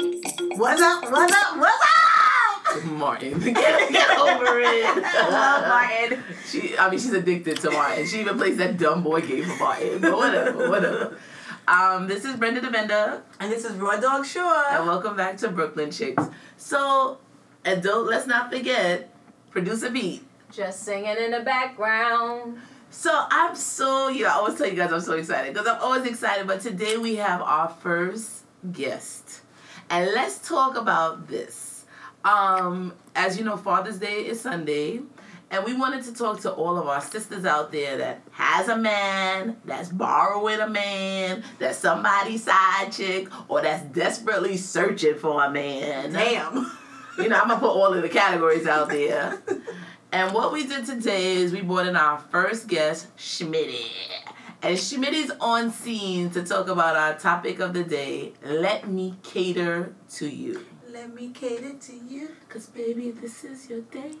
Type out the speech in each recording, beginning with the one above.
What's up? What's up? What's up? Martin. get, get over it. Love Martin. She, I mean, she's addicted to Martin. She even plays that dumb boy game for Martin. But whatever, whatever. Um, this is Brenda Devenda, And this is Raw Dog and Shore. welcome back to Brooklyn Chicks. So, and don't let's not forget, producer beat. Just singing in the background. So I'm so you know, I always tell you guys I'm so excited because I'm always excited. But today we have our first guest, and let's talk about this. Um, as you know, Father's Day is Sunday, and we wanted to talk to all of our sisters out there that has a man, that's borrowing a man, that's somebody's side chick, or that's desperately searching for a man Damn. you know, I'm gonna put all of the categories out there. And what we did today is we brought in our first guest, Schmitty. And Schmitty's on scene to talk about our topic of the day, Let Me Cater to You. Let me cater to you. Cause baby, this is your day.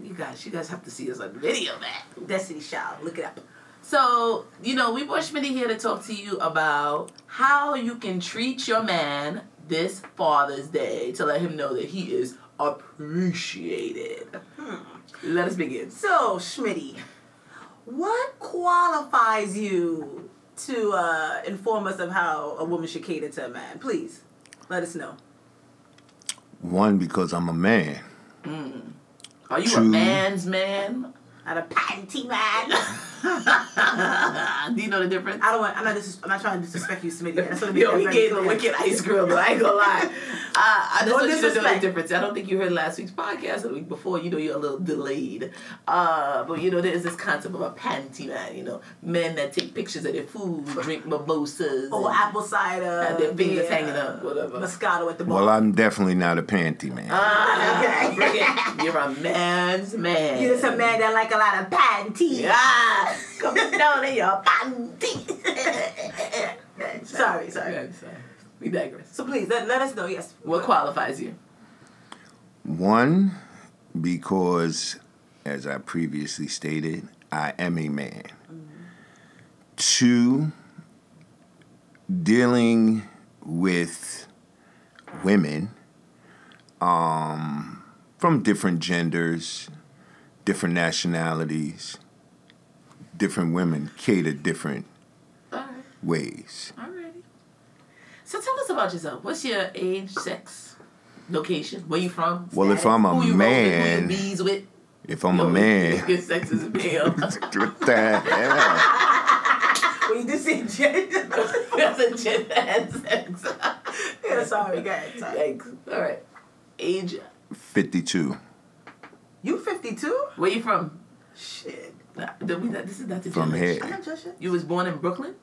You guys, you guys have to see us on video, man. Destiny Child. Look it up. So, you know, we brought Schmitty here to talk to you about how you can treat your man this Father's Day to let him know that he is appreciated. Let us begin. So, Schmitty, what qualifies you to uh, inform us of how a woman should cater to a man? Please, let us know. One, because I'm a man. Are you a True. man's man? Not a panty man. Do you know the difference? I don't want. I'm not. Dis- I'm not trying to disrespect you, Smitty. That's what Yo, I'm he gave a wicked ice grill, though. I ain't gonna lie. Uh, I, I just No want you to know the disrespect. difference. I don't think you heard last week's podcast or the week before. You know, you're a little delayed. Uh, but you know, there is this concept of a panty man. You know, men that take pictures of their food, drink mimosas. Or and- apple cider. and their fingers Oh, yeah, hanging up, whatever. Moscato at the bar. Well, I'm definitely not a panty man. Ah, Okay. bring it. You're a man's man. Ah! You're just a man that like a lot of panties. Yeah. Come down in your panty. Sorry, sorry. Yeah, sorry. We digress. So please let, let us know. Yes. What qualifies you? One, because as I previously stated, I am a man. Two, dealing with women um, from different genders, different nationalities, different women cater different Alright, ways. alrighty. So tell us about yourself. What's your age, sex, location, where you from? Well, if I'm a who you roll man, with, who you bees with? if I'm a Yo, man, Good sex is a male. what the hell? Well, you did say gender. That's a gender and sex. yeah, sorry, go ahead. Sorry. Yikes. All right. Age. 52 You 52? Where you from? Shit. Nah, th- we not- this is not the from generation. I here, can judge it. You was born in Brooklyn.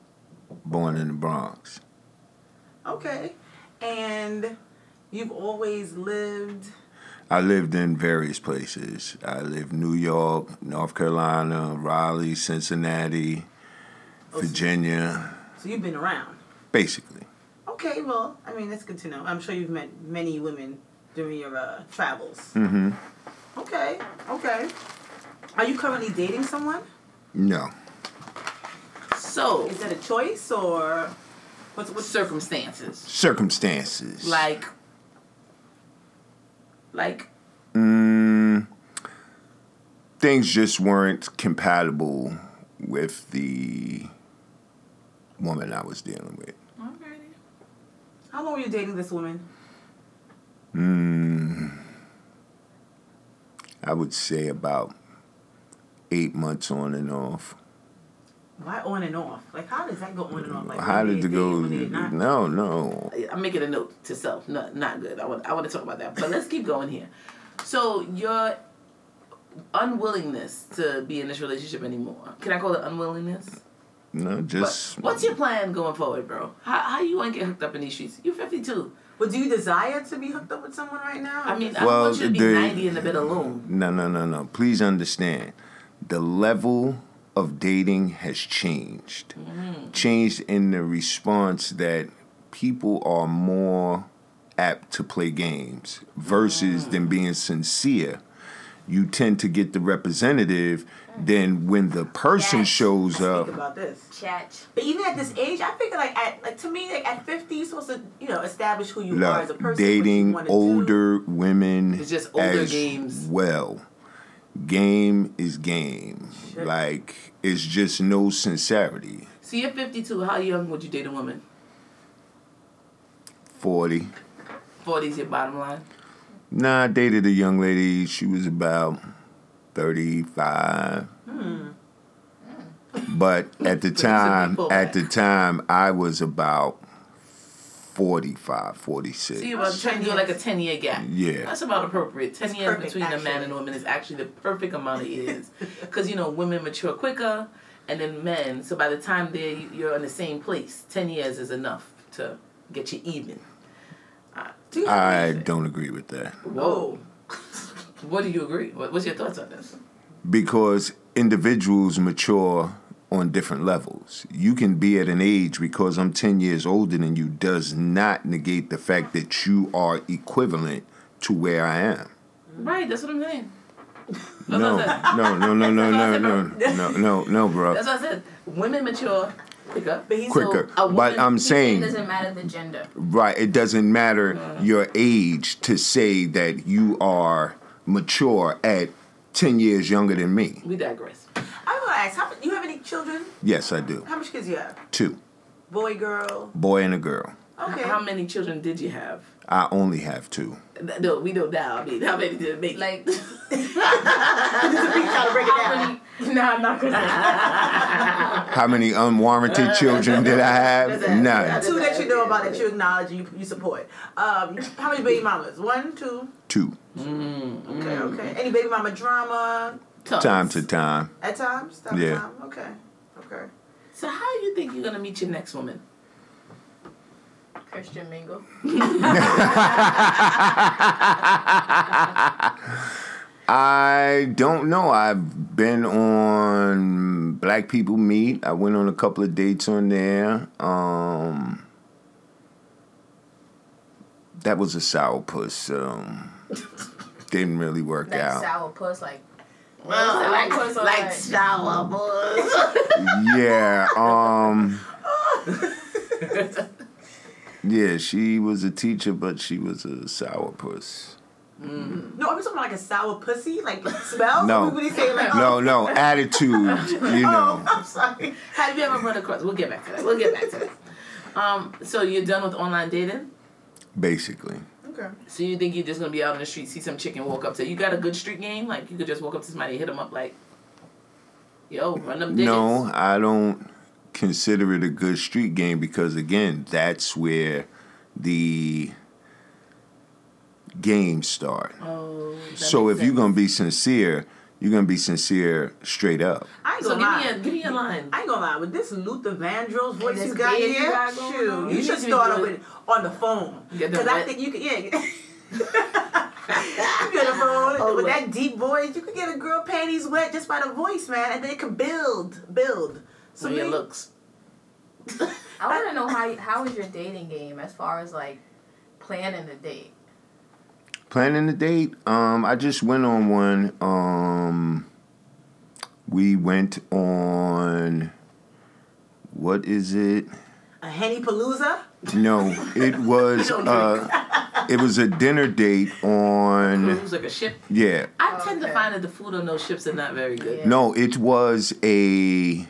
born in the Bronx. Okay. And you've always lived. I lived in various places. I lived New York, North Carolina, Raleigh, Cincinnati, Virginia, So you've been around. basically. Okay, well, I mean, that's good to know. I'm sure you've met many women during your uh, travels. hmm Okay, okay. Are you currently dating someone? No, So Is that a choice or what's with what's circumstances circumstances. like, like Mm, things just weren't compatible with the woman I was dealing with. how long were you dating this woman? Mm, I would say about eight months on and off. Why on and off? Like how does that go on and off? Like How when did they it go? date, when they not? No, no. I'm making a note to self. Not not good. I want I want to talk about that. But let's keep going here. So your unwillingness to be in this relationship anymore. Can I call it unwillingness? No, But just what's your plan going forward, bro? How how you want to get hooked up in these streets? You're 52. But do you desire to be hooked up with someone right now? I mean, I Well, want you to be the- 90 in the bed alone. no, no, no, no. Please understand, the level of dating has changed. Changed in the response that people are more apt to play games versus them being sincere you tend to get the representative than when the person Yes. shows Think up. about this. Chat. But even at this age, I figure like at like to me like at fifty, you're supposed to you know establish who you are as a person. Look, what you dating wanna do. older women It's just older as games. well. Game is game. Sure. Like it's just no sincerity. So you're 52. How young would you date a woman? Forty. 40 is your bottom line. Nah, I dated a young lady. She was about 35. Hmm. But at the time, people at the back. time, I was about 45, 46. So you're about That's trying to do 10 like a years. 10 year gap. Yeah. That's about appropriate. 10 It's years perfect, between a man actually. and a woman is actually the perfect amount of years. Because, you know, women mature quicker and then men. So by the time they're, you're in the same place, 10 years is enough to get you even. Do you- I don't agree with that Whoa. What do you agree? What, what's your thoughts on this? because individuals mature on different levels. You can be at an age because I'm 10 years older than you does not negate the fact that you are equivalent to where I am. Right, that's what I'm saying. That's No, what I said. no, no, no, no, no, no, no, no, no, bro. That's what I said. Women mature quicker. But he's Quicker, a but woman- I'm It saying, doesn't matter the gender. right? It doesn't matter your age to say that you are mature at ten years younger than me. We digress. So, I'm gonna ask. How, you have any children? Yes, I do. How much kids you have? Two, Boy, girl. boy and a girl. Okay. How many children did you have? I only have two. Th- No, we don't know. I mean, how many did it make? Like, Please try to break it down. how many? Nah, I'm not gonna. How many unwarranted children did I have? None. Two that you know about that you acknowledge and you, you support. Um, how many baby mamas? One, two. Two. Mm. Okay, okay. Any baby mama drama Tons. Time to time. at times? That Yeah. Time? Okay, okay. So how do you think you're gonna meet your next woman? Christian mingle. I don't know. I've been on Black People Meet. I went on a couple of dates on there. Um, that was a sourpuss. Um, didn't really work Like out. sour puss, like Well, like- like shower boys. yeah. Um, yeah, she was a teacher, but she was a sourpuss. No, I'm talking about like a sour pussy, like smell. No. When they say like, oh, No, no, attitude. You know. I'm sorry. Have you ever run across? We'll get back to that. We'll get back to that. Um, so you're done with online dating. basically. Okay. So you think you're just gonna be out in the street, see some chicken, walk up to you got a good street game? Like you could just walk up to somebody, hit them up, like, yo, run them digits. No, I don't consider it a good street game because again, that's where the games start. Oh, that so if makes you're sense. gonna be sincere, you're gonna be sincere straight up. I ain't so gonna give me lie. a give me a line. I ain't gonna lie, with this Luther Vandross voice this you got beard here, you got going shoot, on. you, You should need to be start up doing- with on the phone. Get the Because I wet- think you could, yeah. you get a phone Oh with that deep voice. You could get a girl panties wet just by the voice, man, and then it can build, build. So So your me- looks. I want to know how how is your dating game as far as like planning the date. Planning the date, um, I just went on one. Um we went on what is it? a henny palooza. No, it was don't uh, it was a dinner date on Mm. Cruise like a ship. yeah. I Oh, tend to okay. find that the food on those ships are not very good. Yeah. No, it was a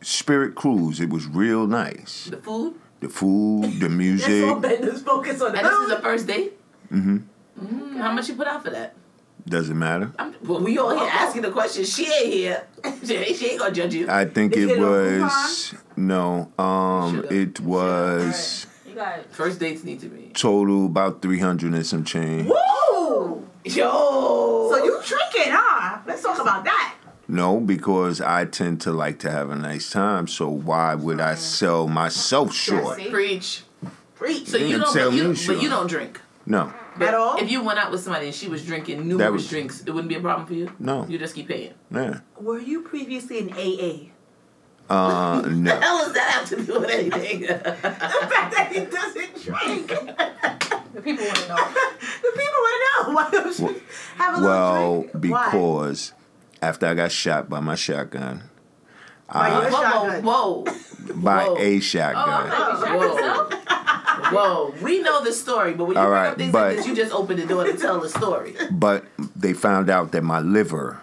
spirit cruise. It was real nice. The food, The food, the That's all music Bender's focus on the and this is food. the first date. Mm-hmm. How much you put out for that? doesn't matter. I'm, well, we all here asking the question. She ain't here. She ain't, she ain't gonna judge you. I think Did you it get it on was no. Um, Sugar. it was You got First dates need to be. total about three hundred and some change. Woo! Yo. So you tricking, huh? Let's talk about that. No, because I tend to like to have a nice time. So why would I sell myself short? see. preach. Preach So you Damn, don't. tell But you, me, sure. but you don't drink. No, at all. If you went out with somebody and she was drinking numerous was- drinks, it wouldn't be a problem for you. No. You just keep paying. yeah, Were you previously in AA? uh, no. Hell does that have to do with anything? The fact that he doesn't drink. The people want to know. The people want to know. Why don't you have a little Well, drink? Why? because after I got shot by my shotgun, By your I, Whoa, shotgun. whoa, by Whoa. a Oh, I'm shotgun. like, you shot Whoa. yourself? whoa. We know the story, but when you All bring right, up things but- like this, you just open the door to tell the story. but they found out that my liver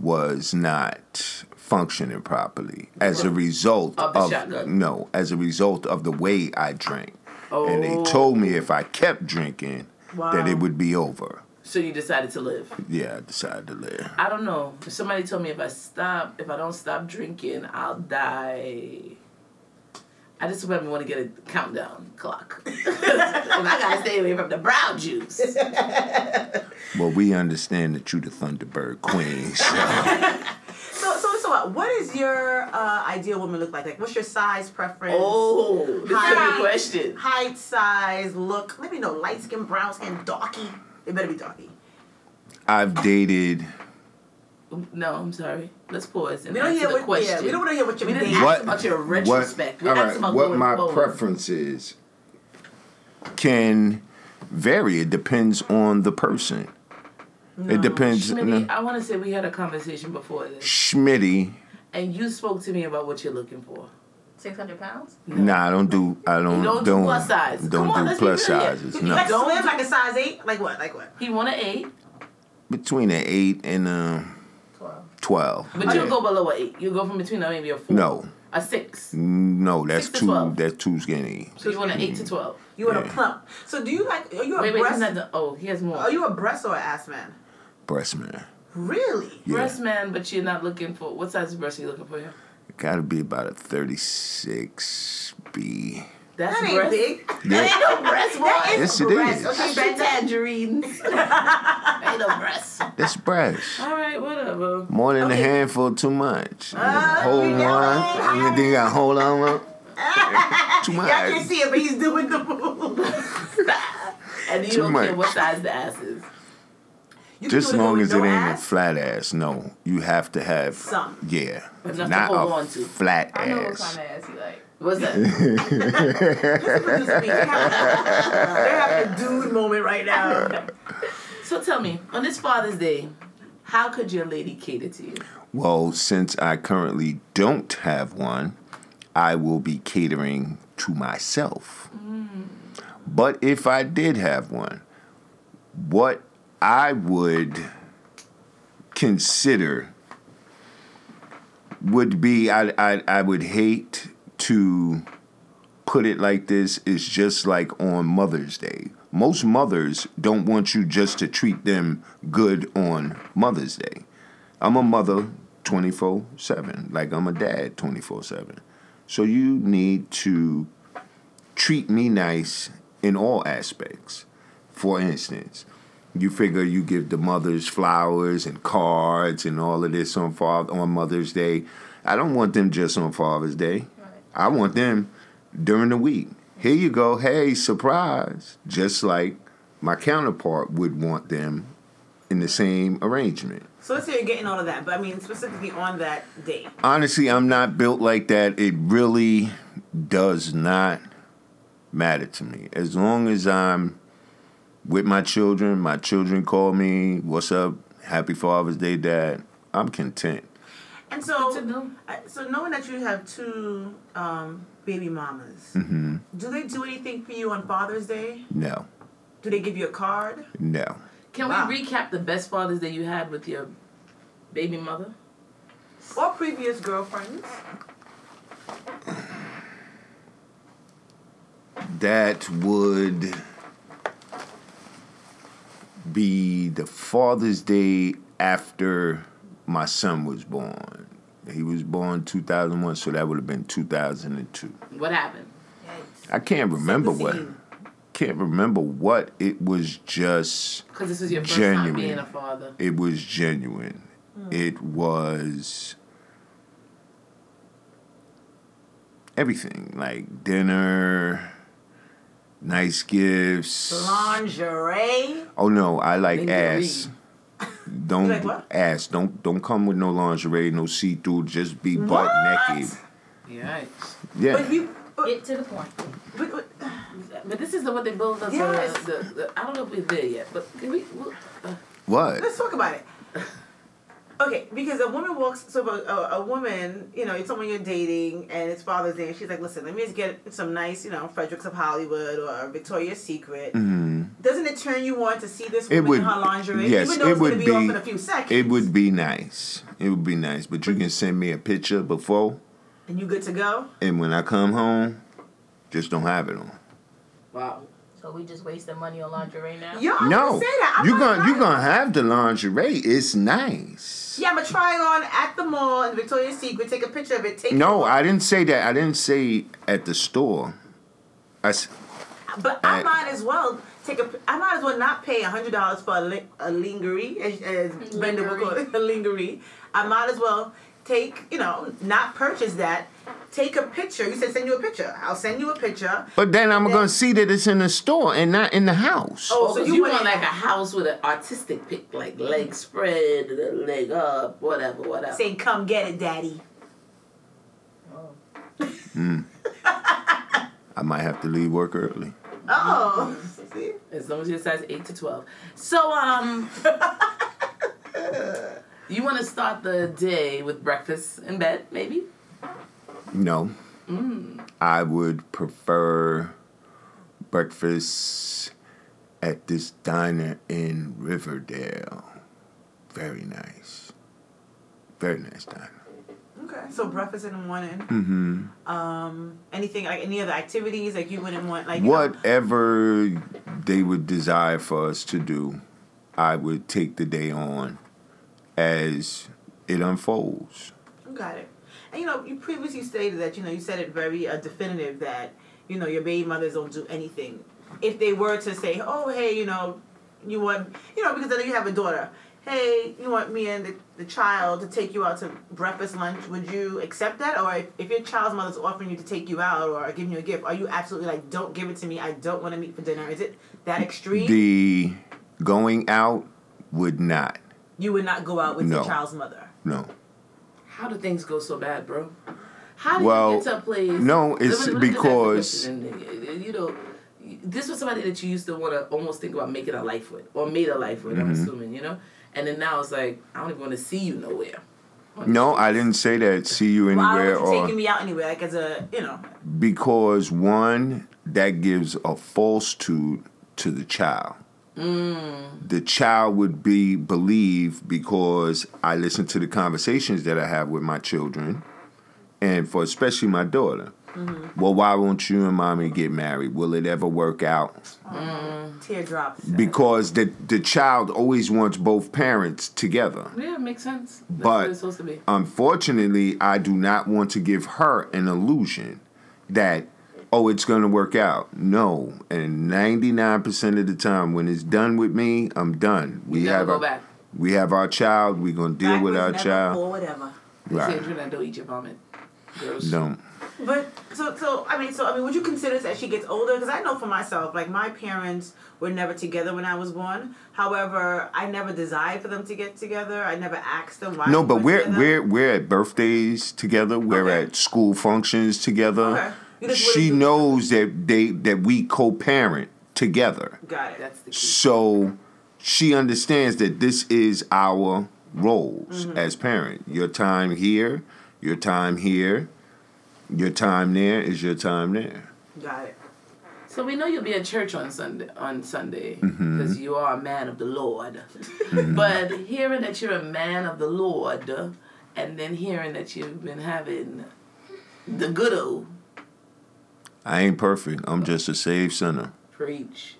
was not functioning properly as a result Of of, the shotgun. no, as a result of the way I drank. And they Oh. told me if I kept drinking, that Um, it Wow. would be over. So you decided to live. Yeah, I decided to live. I don't know. Somebody told me if I stop, if I don't stop drinking, I'll die. I just remember want to get a countdown clock. 'Cause I gotta stay away from the brown juice. Well, we understand that you the Thunderbird Queen. so- So, so, so what? What is your uh, ideal woman look like? Like, what's your size preference? Oh, this is a Hi. good question. Height, size, look. Let me know. Light skin, brown skin, darky. It better be darky. I've dated No, I'm sorry. Let's pause and We don't answer hear the what. question. Yeah, we don't want to hear what you're We didn't dating. ask about your retrospect. We What, all asked right, about what going my forward. preference is can vary. It depends on the person. it depends. Schmitty, no. I want to say we had a conversation before this, Schmitty. and you spoke to me about what you're looking for. 600 pounds? Nah, I don't do. I don't. You don't do plus size. Don't Come on, do let's be plus real here. sizes. You like No, Don't- slim, like a size eight, like what, like what? He want an eight, between an eight and a 12. twelve. but you'll go below an eight. You'll go from between uh, maybe a four, No, a six. no, that's Six to too. 12. That's too skinny. So you want an eight to twelve. You want a Yeah. plump. So do you like? Are you a Wait, wait, he's breast? not the, oh, he has more. are you a breast or an ass man? Breast man. Really? Yeah, breast man, but you're not looking for what size breast are you looking for here? gotta be about a thirty-six B. That's That ain't breast. big. That ain't no breast. What? That Yes, is it breast. is. Okay, That's your tangerines. ain't no breast. That's breast. All right, whatever. More than Okay. a handful, too much. Ah, hold we on. got it. You think I hold on? one? too much. I can't see it, but he's doing the move. And you Too don't care much. what size the ass is. You can Just do it long with as no it ain't a ass? flat ass. No, you have to have Some. Yeah, Enough to not hold a on to. flat I know what ass. kind of ass you like. What's that? Producer B, They're having a dude moment right now. so tell me, on this Father's Day, how could your lady cater to you? Well, since I currently don't have one, I will be catering to myself. But if I did have one, what I would consider would be I, I, I would hate to put it like this is just like on Mother's Day. Most mothers don't want you just to treat them good on Mother's Day. I'm a mother 24 7. Like I'm a dad 24 7. So you need to treat me nice in all aspects. For instance, you figure you give the mothers flowers and cards and all of this on Father on Mother's Day. I don't want them just on Father's Day. I want them during the week. Here you go. Hey, surprise. Just like my counterpart would want them in the same arrangement. So let's say you're getting all of that, but I mean specifically on that day. honestly, I'm not built like that. It really does not matter to me. As long as I'm with my children, my children call me, what's up? Happy Father's Day, Dad. I'm content. And so, know. I- so knowing that you have two um, baby mamas, do they do anything for you on Father's Day? No, Do they give you a card? no. Can Wow. we recap the best Father's Day you had with your baby mother? Or previous girlfriends? That would be the Father's Day after my son was born. He was born 2001, so that would have been 2002. What happened? Yikes. I can't remember the what. scene. Can't remember what it was. Just Because this was your first time Genuine. being a father. it was genuine. Hmm. It was everything like dinner, nice gifts. Lingerie? Oh no, I like Lingerie. ass. Don't You like what? ass. Don't don't come with no lingerie, no see through. Just be butt What? naked. Yikes. Yeah. But you. But, Get to the point. but, but, But this is the what they build up. uh, Yes. The, the, the, I don't know if we're there yet, but can we? we- uh, What? Let's talk about it. Okay, because a woman walks, so a, a, a woman, you know, it's someone you're dating, and it's Father's Day, and she's like, listen, let me just get some nice, you know, Fredericks of Hollywood or Victoria's Secret. Mm. Doesn't it turn you on to see this It woman in would- her lingerie? yes, even though it it's gonna would be, off be- in a few seconds. It would be nice. It would be nice, but you can send me a picture before, And you good to go? and when I come home, just don't have it on. wow. So we just wasted money on lingerie now. Yo, I'm no, gonna say that. I'm you not gonna you lying. gonna have the lingerie. It's nice. Yeah, I'm gonna try it on at the mall in Victoria's Secret. Take a picture of it. Take No, I didn't say that. I didn't say at the store. I s- but I, I- might as well take a. I might as well not pay hundred dollars for a, li- a lingerie, as, as Brenda would call it, a lingerie. I might as well take you know not purchase that. Take a picture. You said send you a picture. I'll send you a picture. but then I'm Then- gonna see that it's in the store and not in the house. Oh, so Oh, so you you went want in- like a house with an artistic pic, like leg spread, the leg up, whatever, whatever. Saying come get it, daddy. Oh. I might have to leave work early. Oh, see. As long as you're size eight to twelve. So um, you want to start the day with breakfast in bed, maybe? No. Mm. I would prefer breakfast at this diner in Riverdale. Very nice. Very nice diner. Okay. So breakfast in the morning. Mm-hmm. Um, anything like any other activities like you wouldn't want like you know- Whatever they would desire for us to do, I would take the day on as it unfolds. You Got it. And you know, you previously stated that you know you said it very uh, definitive that you know your baby mothers don't do anything. If they were to say, "Oh, hey, you know, you want," you know, because then you have a daughter. Hey, you want me and the, the child to take you out to breakfast, lunch? Would you accept that? Or if, if your child's mother's offering you to take you out or giving you a gift, are you absolutely like, don't give it to me? I don't want to meet for dinner. Is it that extreme? The going out would not. you would not go out with your No. child's mother. No. How do things go so bad, bro? How do Well, you get to a place? no, it's me- me just ask a because- question, and, uh, you know. This was somebody that you used to want to almost think about making a life with, or made a life with. I'm Mm-hmm. assuming, you know. And then now it's like I don't even want to see you nowhere. No, I didn't say that. See you Well, I anywhere don't want you or taking me out anywhere, like as a you know. because one that gives a falsehood to the child the child would be believed because i listen to the conversations that i have with my children and for especially my daughter well why won't you and mommy get married will it ever work out Teardrops. because the, the child always wants both parents together Yeah, it makes sense. That's But- what it's supposed to be. unfortunately, I do not want to give her an illusion that, oh, it's going to work out. No. And 99% of the time, when it's done with me, I'm done. We You never have go our, back. We have our child. We're going to deal with our Backwards, never, child. forward, whatever. Right. Children, I don't eat your vomit. Gross. Don't. But so so I mean so I mean would you consider this as she gets older? Because I know for myself, like my parents were never together when I was born. However, I never desired for them to get together. I never asked them why. No, we but weren't we're together. we're we're at birthdays together. We're Okay. at school functions Okay. together. You just uh, She wouldn't do- knows that they that we co-parent together. got it. That's the key. So she understands that this is our roles as parent. Your time here, your time here, your time there is your time there. Got it. So we know you'll be at church on Sunday on Sunday because Mm-hmm. you are a man of the Lord. But hearing that you're a man of the Lord, and then hearing that you've been having the good old I ain't perfect. I'm just a saved sinner. preach.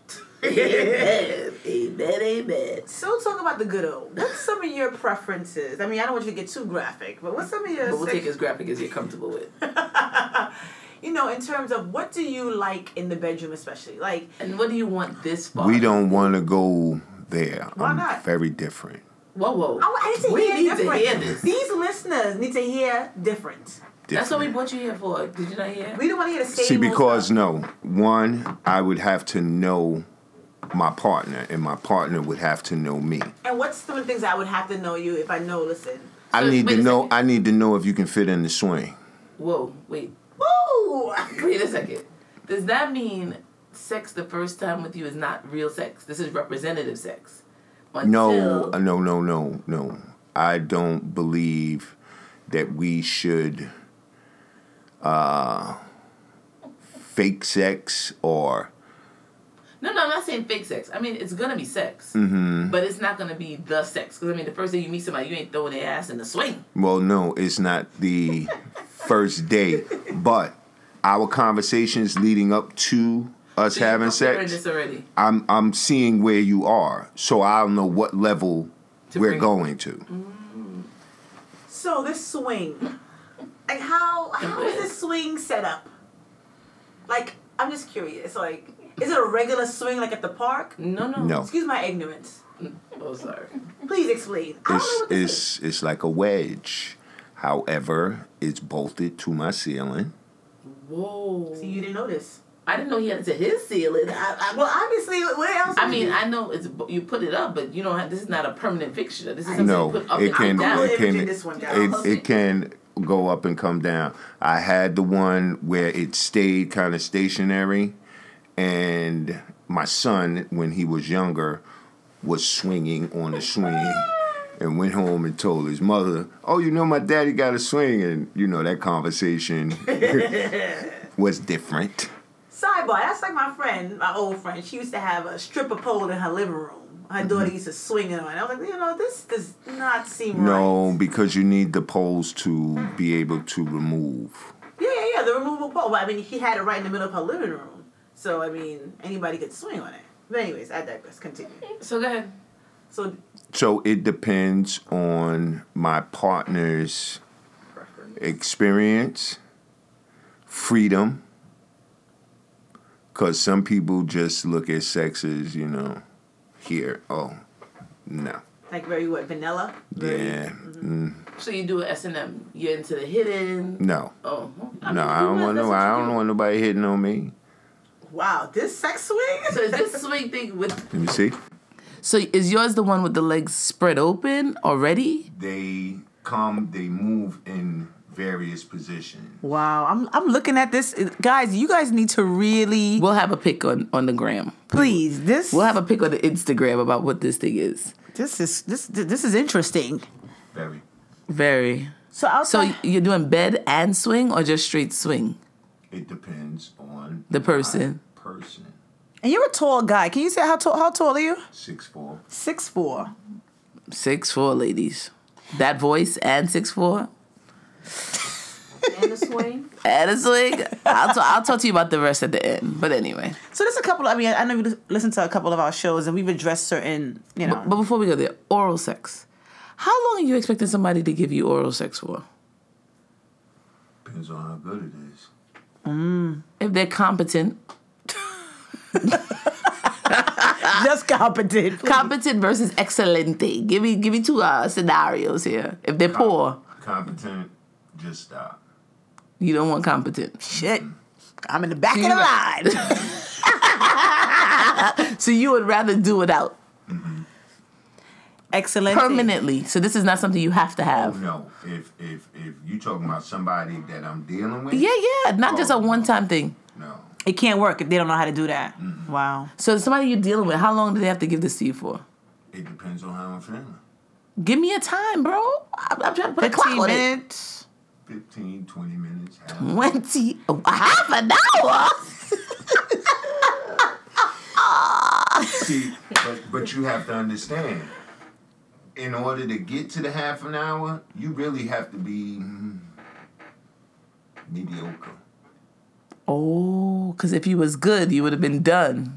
amen, amen, amen. So talk about the good old. What's some of your preferences? I mean, I don't want you to get too graphic, but what's some of your But we'll sex- take as graphic as you're comfortable with. you know, in terms of what do you like in the bedroom especially? Like And what do you want this for? We don't want to go there. Why I'm not? very different. Whoa, whoa. I, I need to we hear need different. to hear this. These listeners need to hear different. That's what we Different. brought you here for. Did you not hear? We don't want to hear the same. See, old because stuff. no, one, I would have to know my partner, and my partner would have to know me. And what's some of the things I would have to know you if I know? Listen. I So, need wait to a know. second. I need to know if you can fit in the swing. Whoa, wait. Woo! Wait a second. Does that mean sex the first time with you is not real sex. This is representative sex. No, Until- uh, no, no, no, no. I don't believe that we should uh, fake sex or No, no, I'm not saying fake sex. I mean, it's gonna be sex, Mm-hmm. but it's not gonna be the sex. Because I mean, the first day you meet somebody, you ain't throwing their ass in the swing. well, no, it's not the first day, but our conversations leading up to us So you having comparing sex. This already. I'm I'm seeing where you are, so I don't know what level To we're bring- Oh, going to. So this swing, like how how is this swing set up? Like I'm just curious. Like is it a regular swing like at the park? No, no, No, Excuse my ignorance. Oh, sorry. Please explain. I don't know it's what this is. it's it's like a wedge. However, it's bolted to my ceiling. Whoa. See, you didn't know this. I didn't know he had to his ceiling. I, I, Well, obviously, where else? I would mean, you- I know it's you put it up, but you don't have. This is not a permanent fixture. This is something No, you put up it and can- down. I'm it imaging can- this one down. It it can go up and come down. I had the one where it stayed kind of stationary, and my son, when he was younger, was swinging on the swing. And went home and told his mother, "Oh, you know, my daddy got a swing," and you know that conversation was different. Sidebar, that's like my friend, my old friend. She used to have a stripper pole in her living room. Her daughter Mm-hmm. used to swing it on. I was like, you know, this does not seem No, right. because you need the poles to be able to remove. Yeah, yeah, yeah, the removable pole. But I mean, she had it right in the middle of her living room. So, I mean, anybody could swing on it. But, anyways, I digress. Continue. So go ahead. So, So it depends on my partner's experience, freedom. Because some people just look at sex as, you know, here. Oh, no. like, very what? Vanilla? Very- Yeah. mm, So you do S and M. You're into the hidden. No. Oh No, I don't want no. I don't want nobody hitting on me. Wow, this sex swing? So is this swing thing with? Let me see. So is yours the one with the legs spread open already? They come, they move in various positions. Wow, I'm, I'm looking at this. Guys, you guys need to really. We'll have a pic on on the gram. Please, this We'll have a pic on the Instagram about what this thing is. this is this this is interesting. Very. Very. So outside, So you're doing bed and swing or just straight swing? It depends on The person. my person. and you're a tall guy. Can you say how tall? How tall are you? Six four. Six four. Six four ladies. That voice and six four. And the swing. And a swing. I'll, t- I'll talk to you about the rest at the end. But anyway. So there's a couple. I mean, I know you listen to a couple of our shows, and we've addressed certain, you know. But before we go there, oral sex. How long are you expecting somebody to give you oral sex for? Depends on how good it is. If they're competent. just competent. Competent versus excelente. Give me give me two uh, scenarios here. If they're poor, Competent, just stop. you don't want competent. Shit, I'm in the back You of the line. So you would rather do it out Excellent. permanently. So this is not something you have to Oh have. no! If if if you talking about somebody that I'm dealing with, Yeah, yeah. Not just a one time thing. no, It can't work if they don't know how to do that. Wow. So somebody you're dealing with, how long do they have to give this to you for? it depends on how I'm feeling. Give me a time, bro. I'm, I'm trying to put a clock Fifteen on it. minutes. 15, 20 minutes. half- Mm-hmm. Twenty, oh, half an hour. See, but but you have to understand. In order to get to the half an hour, you really have to be mm, mediocre. Oh, because if you was good, you would have been done.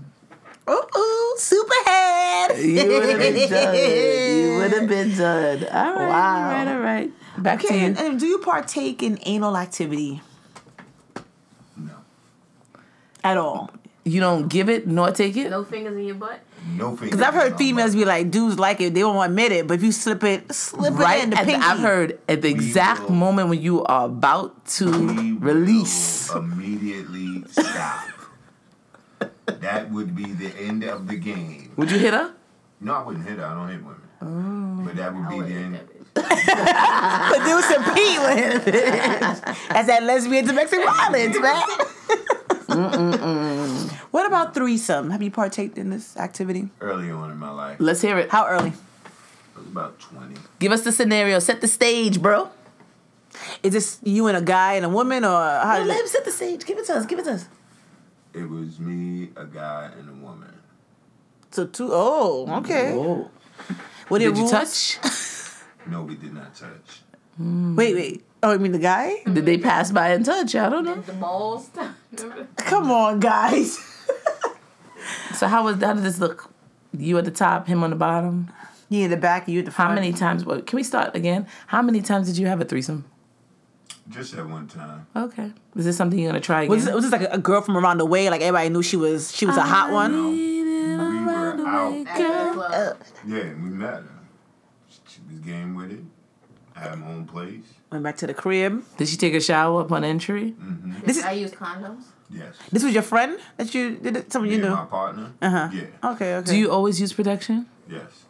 Ooh, ooh, superhead. You would have been done. You would have been done. All right, Wow. all right, all right. Back Okay, and, to you. and do you partake in anal activity No, at all? You don't give it nor take it. No fingers in your butt. no. Because Because I've heard females be like, dudes like it, they don't want to admit it, but if you slip it, slip it in Right the at pinky. the, I've heard at the exact will- moment when you are about to We will release. Immediately stop. that would be the end of the game. Would you hit her? No, I wouldn't hit her. I don't hit women. But that would I be would the hit end. that bitch. But do some pee with it. That's that lesbian domestic violence, man. What about threesome? Have you partaked in this activity? Early on in my life, Let's hear it. How early? I was about 20. Give us the scenario. Set the stage, bro. Is this you and a guy and a woman, or how? did Let him it- set the stage. Give it to us. Give it to us. It was me, a guy, and a woman. So two. Oh, okay. Oh. What Did the you rules- touch? No, we did not touch. Wait, wait. Oh, I mean the guy? Did they pass by and touch? I don't know. The most. Come on, guys. So how was how did this look? You at the top, him on the bottom. You in the back, you at the front. How many times? Well, can we start again? How many times did you have a threesome? Just at one time. Okay. Is this something you're gonna try again? Was this, was this like a, a girl from around the way? Like everybody knew she was she was a hot one. We were out. After the club. Yeah, and we met her. She was game with it. I had my own place. Went back to the crib. Did she take a shower upon entry? This is I use condoms. Yes. this was your friend that you did it, someone Me you and knew. my partner. Uh-huh. Yeah. Okay, okay. Do you always use protection? Yes.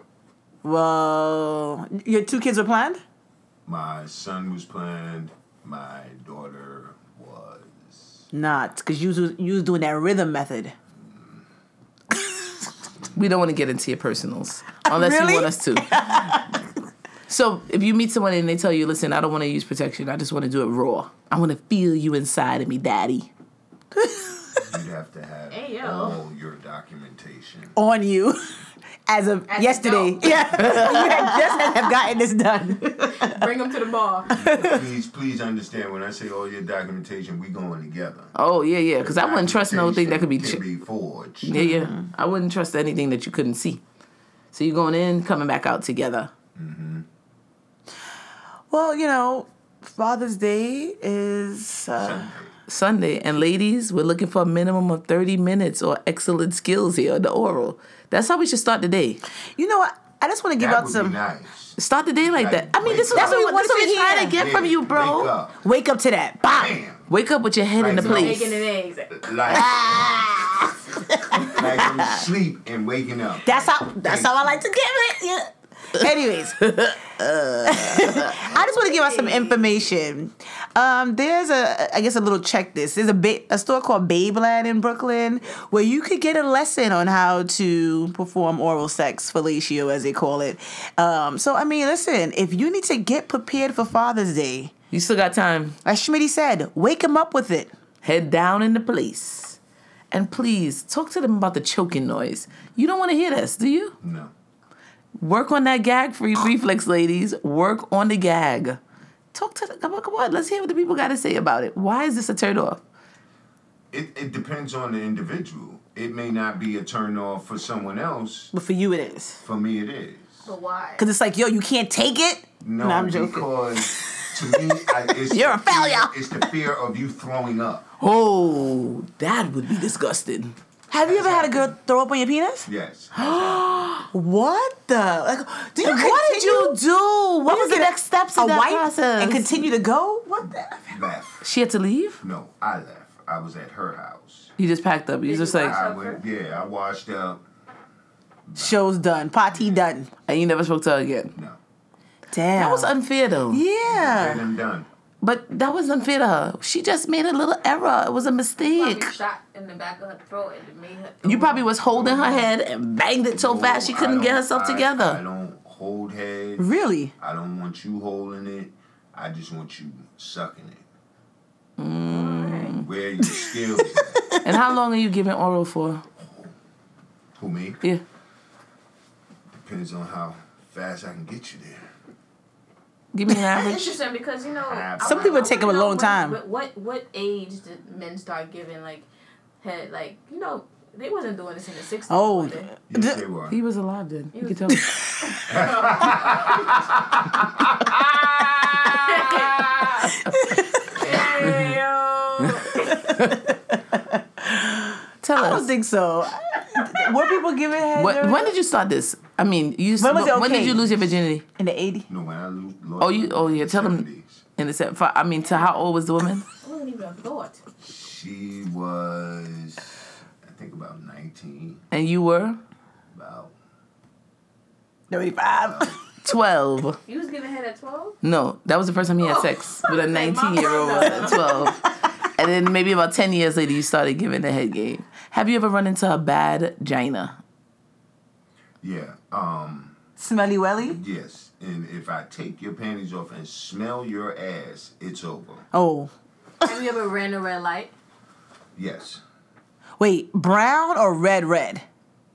Well, your two kids were planned. My son was planned. My daughter was. Not because you was- you was doing that rhythm method. We don't want to get into your personals unless Really? you want us to. so if you meet someone and they tell you, "Listen, I don't want to use protection. I just want to do it raw. I want to feel you inside of me, daddy." You'd have to have Hey, yo. all your documentation. Oh. on you as of As yesterday. an adult. yeah, you had just had- have gotten this done. Bring them to the bar. please, please understand when I say all your documentation, we going together. Oh yeah, yeah. Because I wouldn't trust no thing that could be. Documentation Ch- can be forged. yeah, yeah. I wouldn't trust anything that you couldn't see. So you're going in, coming back out together. Well, you know, Father's Day is uh, Sunday. And ladies, we're looking for a minimum of 30 minutes or excellent skills here on the oral. That's how we should start the day. you know what? I just want to give That out would some be nice. Start the day like that. I mean, this is That's what we, what we this is what wanted we to trying hear. to get from Yeah, you, bro. Wake Wake up, up. wake up to that. Bam. Bam. with your head in the Like, no. place. Bacon and eggs. Like, Ah. like I'm asleep and waking up. That's how. That's how I like to give it. Yeah. Anyways, uh, I just want to give out some information. Um, there's a, I guess, a little checklist. There's a ba- a store called Babeland in Brooklyn where you could get a lesson on how to perform oral sex, fellatio as they call it. Um, so I mean, listen, if you need to get prepared for Father's Day, You still got time. as Schmitty said, wake him up with it. Head down in the place. And please talk to them about the choking noise. You don't want to hear this, do you? No. Work on that gag free reflex, ladies. Work on the gag. Talk to the, come on, come on. Let's hear what the people got to say about it. Why is this a turn off? It, it depends on the individual. It may not be a turn off for someone else. But for you, it is For me, it is. But why? because it's like, yo, you can't take it. No, I'm joking. because to me, I, it's You're a the fear- failure. It's the fear of you throwing up. Oh, that would be disgusting. Have you ever had a girl throw up on your penis? Yes. What the? Like, do you What did you do? What You was the get a- next steps in a that wipe process? and continue to go? What the? left. she had to leave. No, I left. I was at her house. You just packed up. You just like, I went, yeah, I washed up. Show's done. Party done. and you never spoke to her again. No. Damn. That was unfair though. And Uh, yeah. I'm done. But that was unfair to her. She just made a little error. It was a mistake. Probably shot in the back of her throat and it made her. You probably was holding her head and banged it so No, fast she I couldn't get don't- herself I- I together. Mm-hmm. don't hold head. Really? I don't want you holding it. I just want you sucking it. Mm. Where your skills? at? and how long are you giving oral for? Who me? Yeah. Depends on how fast I can get you there. Give me an That's average. interesting because you know I Some wanna- people I take wanna them a know long when- time. What, what what age did men start giving like head like you know they wasn't doing this in the sixties. Oh. Yes, they were. He was alive then. You was- could tell. me. Tell I us. don't think so. Were people giving head? What, during- when did you start this? I mean, you. When was it when did okay? you lose your virginity? in the 80s? No, when I lo- lost. Oh, you- my oh, yeah, tell 'em. 70s, And it's at five. I mean, to how old was the woman? I wasn't even a thought. She was, I think, about nineteen. And you were About 95. twelve. You was giving head at twelve. No, that was the first time he had sex with a my nineteen-year-old brother. at twelve. And And then maybe about 10 years later, you started giving the head game. Have you ever run into a bad Jaina? Yeah. Um. Smelly welly. Yes. And if I take your panties off and smell your ass, it's over. Oh, Have you ever ran a red light? Yes. Wait, brown or red? Red.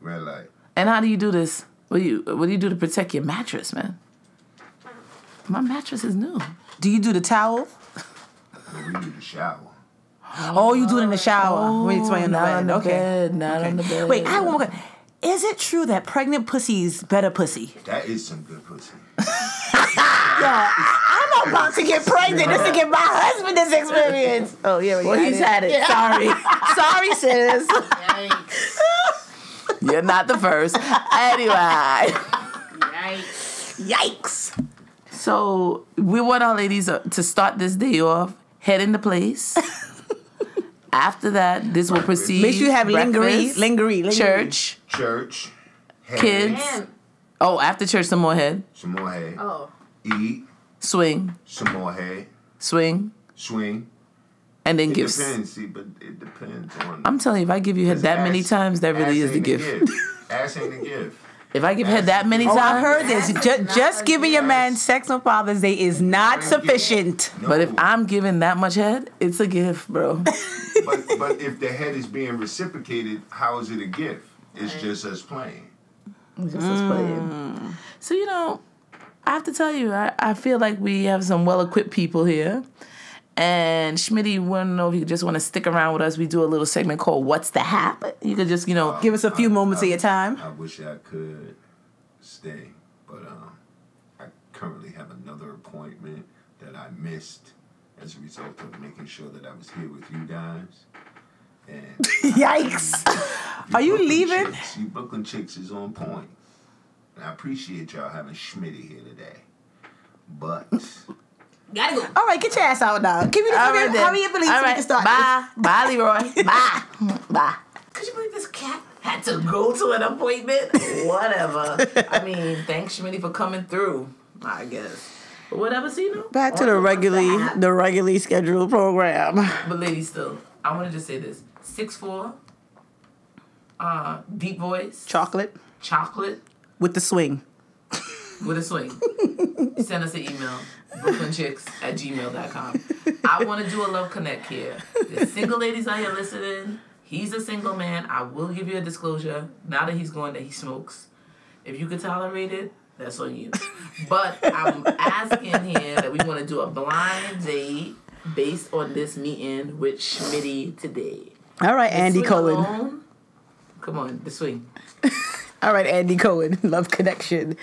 Red light. and how do you do this? What do you, what do, you do to protect your mattress, man? My mattress is new. Do you do the towel? When we do the shower. Oh, you do it in the shower. Wait, it's right on the Oh, not on bed. the Okay. bed, not on the bed. Wait, I have one more question. Is it true that pregnant pussy's better pussy? That is some good pussy. I'm about to get pregnant just to get my husband this experience. Oh yeah, Well, he's had it. Sorry, sis. Yikes. Sorry. You're not the first. anyway. Yikes. Yikes. So we want our ladies uh, to start this day off, head into place. After that, this will proceed. Make sure you have lingerie, breakfast, lingerie, lingerie. Church. Church. Head, Kids. Damn. Oh, after church, some more head. Some more head. Oh. Eat. Swing, Some more head. swing, Swing. and then It gifts. depends. See, but it depends on. I'm telling you, if I give you head that many Ass- times, that really is ass the ain't a gift. Ass ain't a gift. If I give head that many Oh, times, I heard this. That's Ju- not just a giving your man yes. sex on Father's Day is not sufficient. No. But if I'm giving that much head, it's a gift, bro. but, but if the head is being reciprocated, how is it a gift? It's just us playing. Just us playing. Mm. So you know, I have to tell you, I, I feel like we have some well equipped people here. And Schmitty, want to know if you just want to stick around with us. We do a little segment called "What's the Hap." You could just, you know, Give us a few moments of your time. I wish I could stay, but um, I currently have another appointment that I missed as a result of making sure that I was here with you guys. And Yikes. You Are you Brooklyn leaving? Chicks, you Brooklyn chicks is on point. And I appreciate y'all having Schmitty here today. But Gotta go. All right, get your ass out now. Give me the All hurry right, up, then. hurry up and leave so All we right. can start. Bye, bye, Leroy. bye, bye. Could you believe this cat had to go to an appointment? Whatever. I mean, thanks, Schmitty, for coming through. I guess. But whatever, so you know. Back to the regularly the regularly scheduled program. But ladies, still, I want to just say this: six four, uh, deep voice, Chocolate chocolate with the swing. with a swing. Send us an email, brooklynchicks at gmail.com. I want to do a love connect here. The single ladies out here listening, he's a single man. I will give you a disclosure now that he's going that he smokes. If you could tolerate it, that's on you. But I'm asking here that we want to do a blind date based on this meeting with Schmitty today. All right, Andy Swing Cohen. alone? Come on, the swing. All right, Andy Cohen, Love Connection.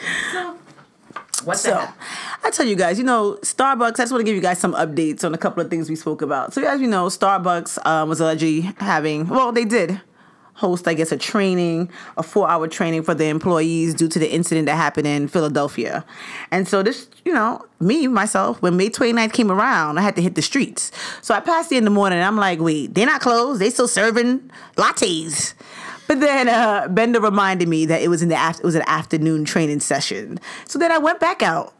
What's So, that? I tell you guys, you know, Starbucks, I just want to give you guys some updates on a couple of things we spoke about. So, as you know, Starbucks um, was allegedly having, well, they did host, I guess, a training, a four hour training for the employees due to the incident that happened in Philadelphia. And so, this, you know, me, myself, when May 29th came around, I had to hit the streets. So, I passed there in the morning and I'm like, wait, they're not closed, they still serving lattes. But then uh, Bender reminded me that it was in the after, it was an afternoon training session. So then I went back out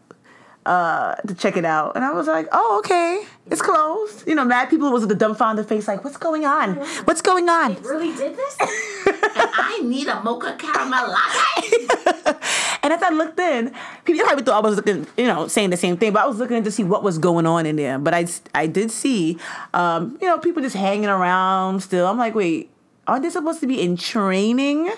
uh, to check it out, and I was like, "Oh, okay, it's closed." You know, mad people was with the dumbfounded face, like, "What's going on? What's going on?" Really did this? I need a mocha caramel latte. And as I looked in, people probably thought I was looking, you know, saying the same thing, but I was looking to see what was going on in there. But I, I did see, um, you know, people just hanging around still. I'm like, wait, aren't they supposed to be in training?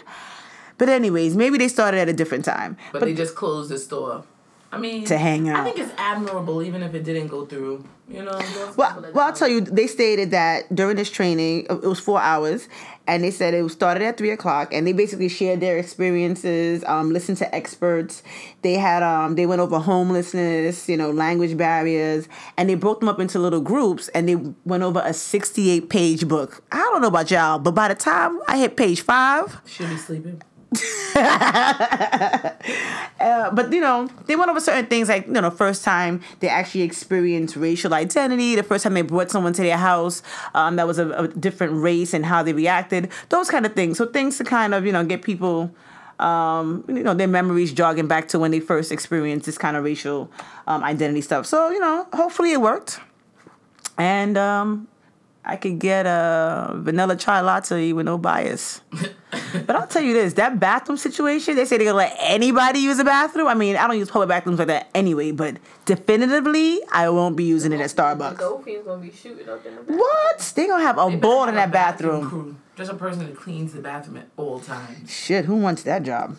But anyways, maybe they started at a different time. But, they just closed the store. I mean, To hang I out. think it's admirable, even if it didn't go through. You know, Well, well, I'll tell you, they stated that during this training, uh, it was four hours, and they said it was started at three o'clock, and they basically shared their experiences, um, listened to experts. They had, um, they went over homelessness, you know, language barriers, and they broke them up into little groups, and they went over a sixty-eight page book. I don't know about y'all, but by the time I hit page five, should be sleeping. but you know, they went over certain things like you know, the first time they actually experienced racial identity, the first time they brought someone to their house um, that was a, a different race and how they reacted, those kind of things. So things to kind of you know get people. Um, you know their memories jogging back to when they first experienced this kind of racial um, identity stuff. So you know, hopefully it worked, and um, I could get a vanilla chai latte with no bias. but I'll tell you this: that bathroom situation, they say they're gonna let anybody use a bathroom. I mean, I don't use public bathrooms like that anyway. But definitively, I won't be using it at Starbucks. Gophie's gonna be shooting up in the back. What? They gonna have a ball in that bathroom. Crew. Just a person that cleans the bathroom at all times. Shit, who wants that job?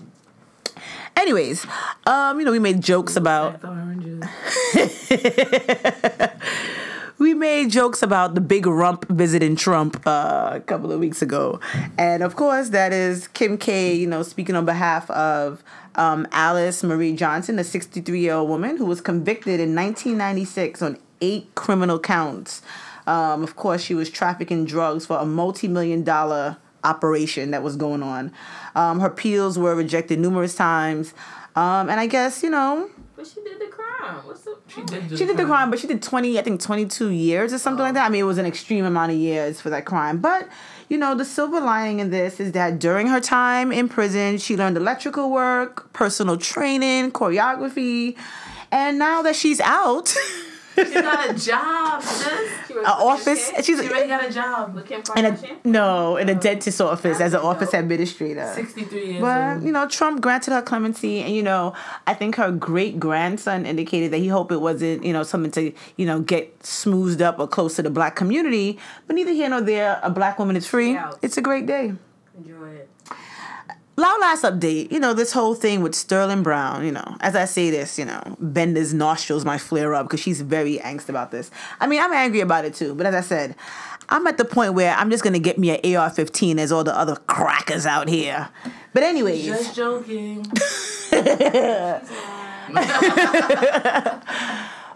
Anyways, um, you know, we made jokes about The oranges. we made jokes about the big rump visiting Trump uh, a couple of weeks ago. And of course, that is Kim K, you know, speaking on behalf of um, Alice Marie Johnson, a 63 year old woman who was convicted in 1996 on eight criminal counts. Um, of course, she was trafficking drugs for a multi million dollar operation that was going on. Um, her appeals were rejected numerous times. Um, and I guess, you know, But she did the crime. What's up? She did, she did the crime, but she did 20, I think 22 years or something like that. I mean, it was an extreme amount of years for that crime. But, you know, the silver lining in this is that during her time in prison, she learned electrical work, personal training, choreography. And now that she's out, She got a job, sis. She was an office, she's She already got a job. with Kim in Kardashian. a, no, in a dentist's office as an office administrator. 63 years But, old. you know, Trump granted her clemency. And, you know, I think her great grandson indicated that he hoped it wasn't, you know, something to, you know, get smoothed up or close to the black community. But neither here nor there, a black woman is free. Yeah. It's a great day. Enjoy it. Loud last update, you know, this whole thing with Sterling Brown, you know, as I say this, you know, Bender's nostrils might flare up because she's very angst about this. I mean, I'm angry about it too, but as I said, I'm at the point where I'm just going to get me an AR 15 as all the other crackers out here. But, anyways. Just joking.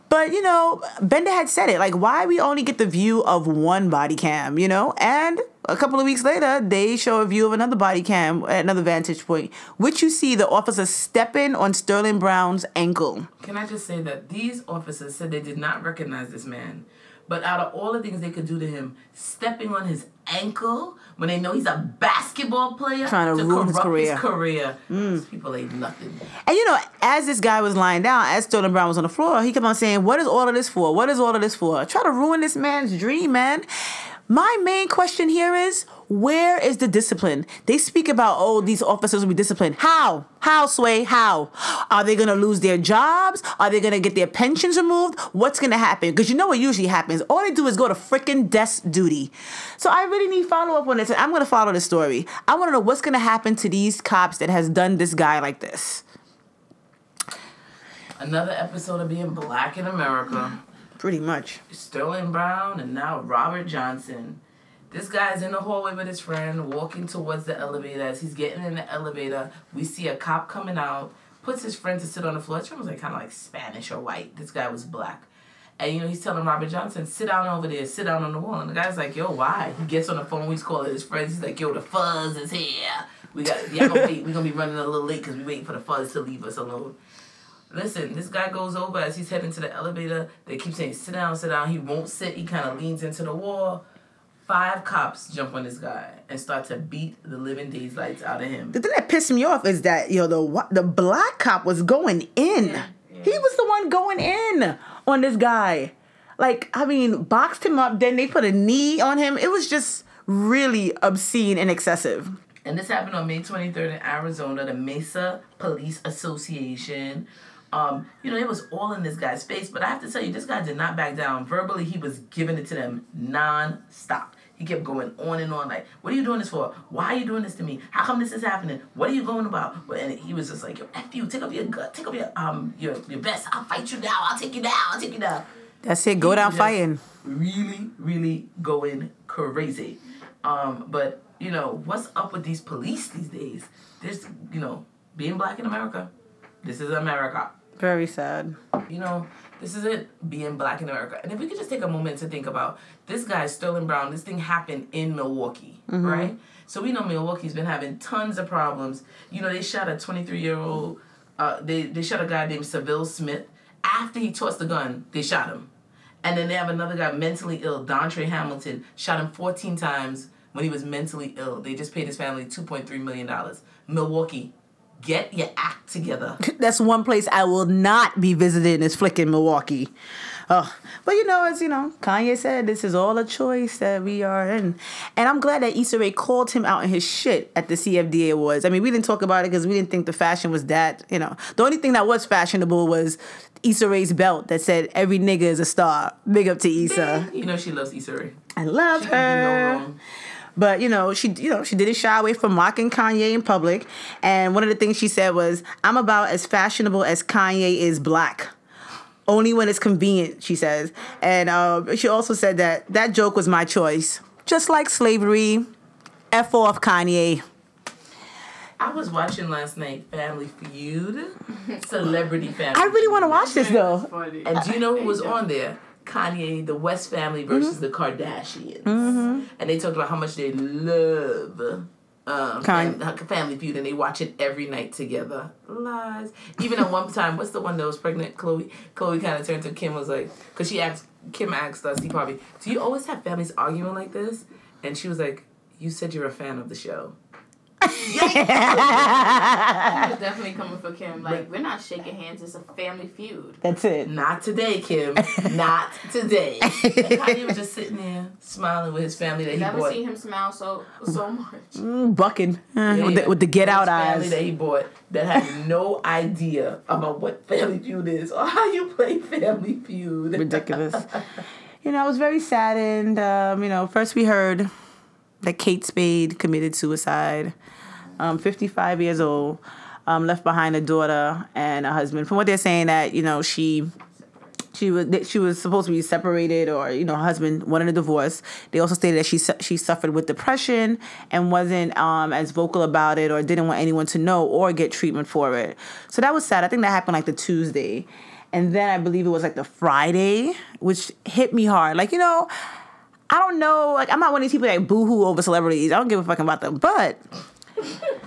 But you know, Benda had said it. Like, why we only get the view of one body cam, you know? And a couple of weeks later, they show a view of another body cam at another vantage point, which you see the officer stepping on Sterling Brown's ankle. Can I just say that these officers said they did not recognize this man, but out of all the things they could do to him, stepping on his ankle when they know he's a basketball player, Trying to ruin his corrupt career. Mm. His career. These people ain't nothing. And you know, as this guy was lying down, as Sterling Brown was on the floor, he kept on saying, What is all of this for? What is all of this for? Try to ruin this man's dream, man. My main question here is where is the discipline? They speak about, oh, these officers will be disciplined. How? How, Sway? How? Are they going to lose their jobs? Are they going to get their pensions removed? What's going to happen? Because you know what usually happens. All they do is go to freaking desk duty. So I really need follow up on this. And I'm going to follow this story. I want to know what's going to happen to these cops that has done this guy like this. Another episode of being black in America. Pretty much. Sterling Brown and now Robert Johnson. This guy's in the hallway with his friend, walking towards the elevator. As he's getting in the elevator, we see a cop coming out, puts his friend to sit on the floor. His friend was like kind of like Spanish or white. This guy was black. And you know, he's telling Robert Johnson, sit down over there, sit down on the wall. And the guy's like, yo, why? He gets on the phone, he's calling his friends. He's like, yo, the fuzz is here. We got, yeah, gonna wait. We're gonna be running a little late because we're waiting for the fuzz to leave us alone. Listen, this guy goes over as he's heading to the elevator. They keep saying, sit down, sit down. He won't sit. He kind of leans into the wall. Five cops jump on this guy and start to beat the living daylights out of him. The thing that pissed me off is that yo the wh- the black cop was going in. He was the one going in on this guy. Like I mean, boxed him up. Then they put a knee on him. It was just really obscene and excessive. And this happened on May 23rd in Arizona, the Mesa Police Association. Um, you know, it was all in this guy's face, but I have to tell you, this guy did not back down. Verbally, he was giving it to them non-stop. He kept going on and on, like, what are you doing this for? Why are you doing this to me? How come this is happening? What are you going about? Well, And he was just like, yo, F you, take up your gut, take up your um your, your vest, I'll fight you down, I'll take you down, I'll take you down That's it. Go down just fighting. Really, really going crazy. Um, but you know, what's up with these police these days? There's you know, being black in America. This is America. Very sad. You know, this is it, being black in America. And if we could just take a moment to think about this guy, Sterling Brown, this thing happened in Milwaukee, right? So we know Milwaukee's been having tons of problems. You know, they shot a 23 year old, uh, they, they shot a guy named Seville Smith. After he tossed the gun, they shot him. And then they have another guy mentally ill, Dontre Hamilton, shot him 14 times when he was mentally ill. They just paid his family $2.3 million. Milwaukee, Get your act together. That's one place I will not be visiting is flicking Milwaukee. Oh, but you know, as you know, Kanye said, this is all a choice that we are in, and I'm glad that Issa Rae called him out in his shit at the CFDA awards. I mean, we didn't talk about it because we didn't think the fashion was that. You know, the only thing that was fashionable was Issa Rae's belt that said "Every nigga is a star." Big up to Issa. You know she loves Issa Rae. I love She her. can do no wrong. But you know, she you know she didn't shy away from mocking Kanye in public, and one of the things she said was, "I'm about as fashionable as Kanye is black." Only when it's convenient, she says. And uh, she also said that that joke was my choice. Just like slavery, F off Kanye. I was watching last night Family Feud, Celebrity Family. I really want to watch this though. Funny. And do you know who was on there? Kanye, the West family versus the Kardashians. And they talked about how much they love um, Kan- fam- uh, Family Feud and they watch it every night together. Lies. Even at one time, what's the one that was pregnant? Chloe. Chloe kind of turned to Kim was like, because she asked, Kim asked us, he probably, do you always have families arguing like this? And she was like, you said you're a fan of the show. She was definitely coming for Kim. Like, we're not shaking hands. It's a family feud. That's it. Not today, Kim. Not today. And Kanye was just sitting there smiling with his family that he Never bought. seen him smile so so much. Bucking eh, with, the, with the get out This family eyes. that he bought that had no idea about what Family Feud is or how you play Family Feud. ridiculous. you know, I was very saddened. Um, you know, first we heard that Kate Spade committed suicide, um, 55 years old, um, left behind a daughter and a husband. From what they're saying, that you know she. She was that she was supposed to be separated, or you know, her husband wanted a divorce. They also stated that she su- she suffered with depression and wasn't um, as vocal about it, or didn't want anyone to know or get treatment for it. So that was sad. I think that happened like the Tuesday, and then I believe it was like the Friday, which hit me hard. Like you know, I don't know. Like I'm not one of these people that boohoo over celebrities. I don't give a fuck about them. But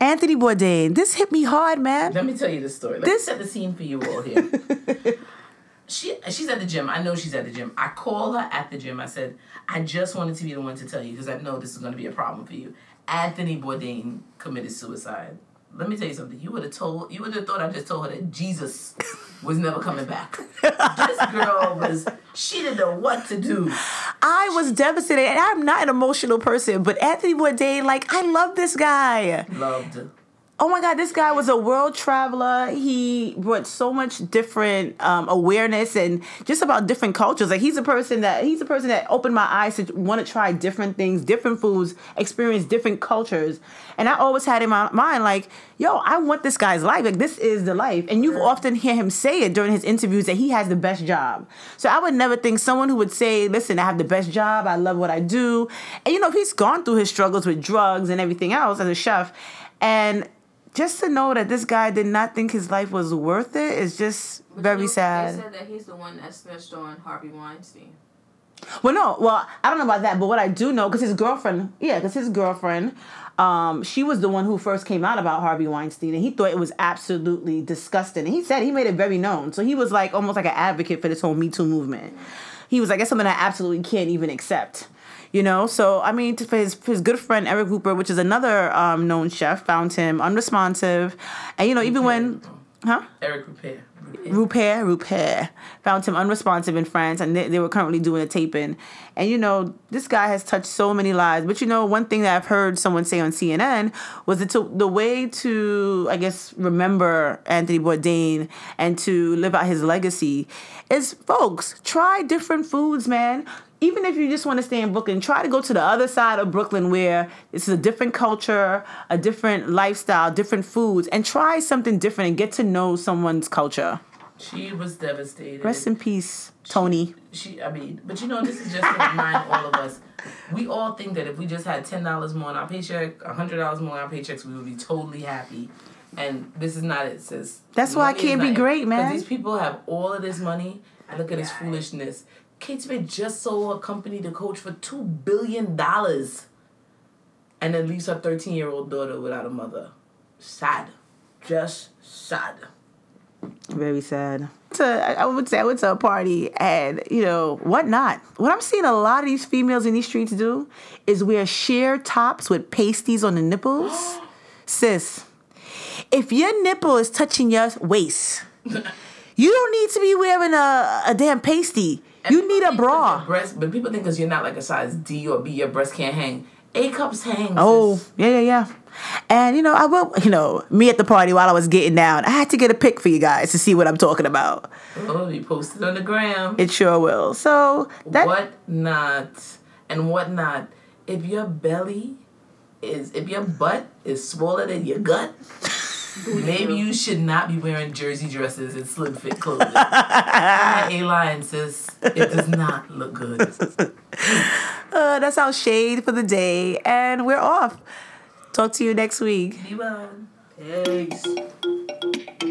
Anthony Bourdain, this hit me hard, man. Let me tell you the story. Let This- this me set the scene for you all here. she she's at the gym. I know she's at the gym. I call her at the gym. I said, I just wanted to be the one to tell you because I know this is going to be a problem for you. Anthony Bourdain committed suicide. Let me tell you something. You would have told. You would have thought I just told her that Jesus was never coming back. this girl was. She didn't know what to do. I was devastated, and I'm not an emotional person. But Anthony Bourdain, like I love this guy. Loved. oh my god this guy was a world traveler he brought so much different um, awareness and just about different cultures like he's a person that he's a person that opened my eyes to want to try different things different foods experience different cultures and i always had in my mind like yo i want this guy's life like this is the life and you often hear him say it during his interviews that he has the best job so i would never think someone who would say listen i have the best job i love what i do and you know he's gone through his struggles with drugs and everything else as a chef and just to know that this guy did not think his life was worth it is just But very you know, They sad. said that he's the one that snitched on Harvey Weinstein. Well, no, well, I don't know about that, but what I do know, because his girlfriend, yeah, because his girlfriend, um, she was the one who first came out about Harvey Weinstein, and he thought it was absolutely disgusting. And he said he made it very known, so he was like almost like an advocate for this whole Me Too movement. He was like, "That's something I absolutely can't even accept." You know, so I mean, t- for his for his good friend Eric Hooper, which is another um, known chef, found him unresponsive, and you know, even when, huh? Eric Repair. Rupert, Rupert found him unresponsive in France, and they, they were currently doing a taping. And you know, this guy has touched so many lives. But you know, one thing that I've heard someone say on CNN was that to, the way to, I guess, remember Anthony Bourdain and to live out his legacy is, folks, try different foods, man. Even if you just want to stay in Brooklyn, try to go to the other side of Brooklyn where this is a different culture, a different lifestyle, different foods, and try something different and get to know someone's culture. She was devastated. Rest in peace, Tony. she I mean, but you know, this is just to remind all of us. We all think that if we just had ten dollars more on our paycheck, hundred dollars more on our paychecks, we would be totally happy. And this is not it, sis. That's why I Money is can't be not it. great, 'Cause man. These people have all of this money. I look at this foolishness. Kate Spade just sold her company to coach for two billion dollars, and then leaves her thirteen-year-old daughter without a mother. Sad, just sad. Very sad. To I I would say I went to a party and you know what not. What I'm seeing a lot of these females in these streets do is wear sheer tops with pasties on the nipples. Sis, If your nipple is touching your waist, you don't need to be wearing a, a damn pasty. you need a bra. breast, but people think because you're not like a size D or B, your breast can't hang. A cups hang. Oh, sis. yeah, yeah, yeah. And you know, I will. You know, me at the party while I was getting down, I had to get a pic for you guys to see what I'm talking about. oh, you posted on the gram. It sure will. So that what not and what not. If your belly is, if your butt is smaller than your gut, maybe you should not be wearing jersey dresses and slim fit clothing. a line, sis. It does not look good. uh, that's our shade for the day, and we're off. Talk to you next week. Be well. Peace.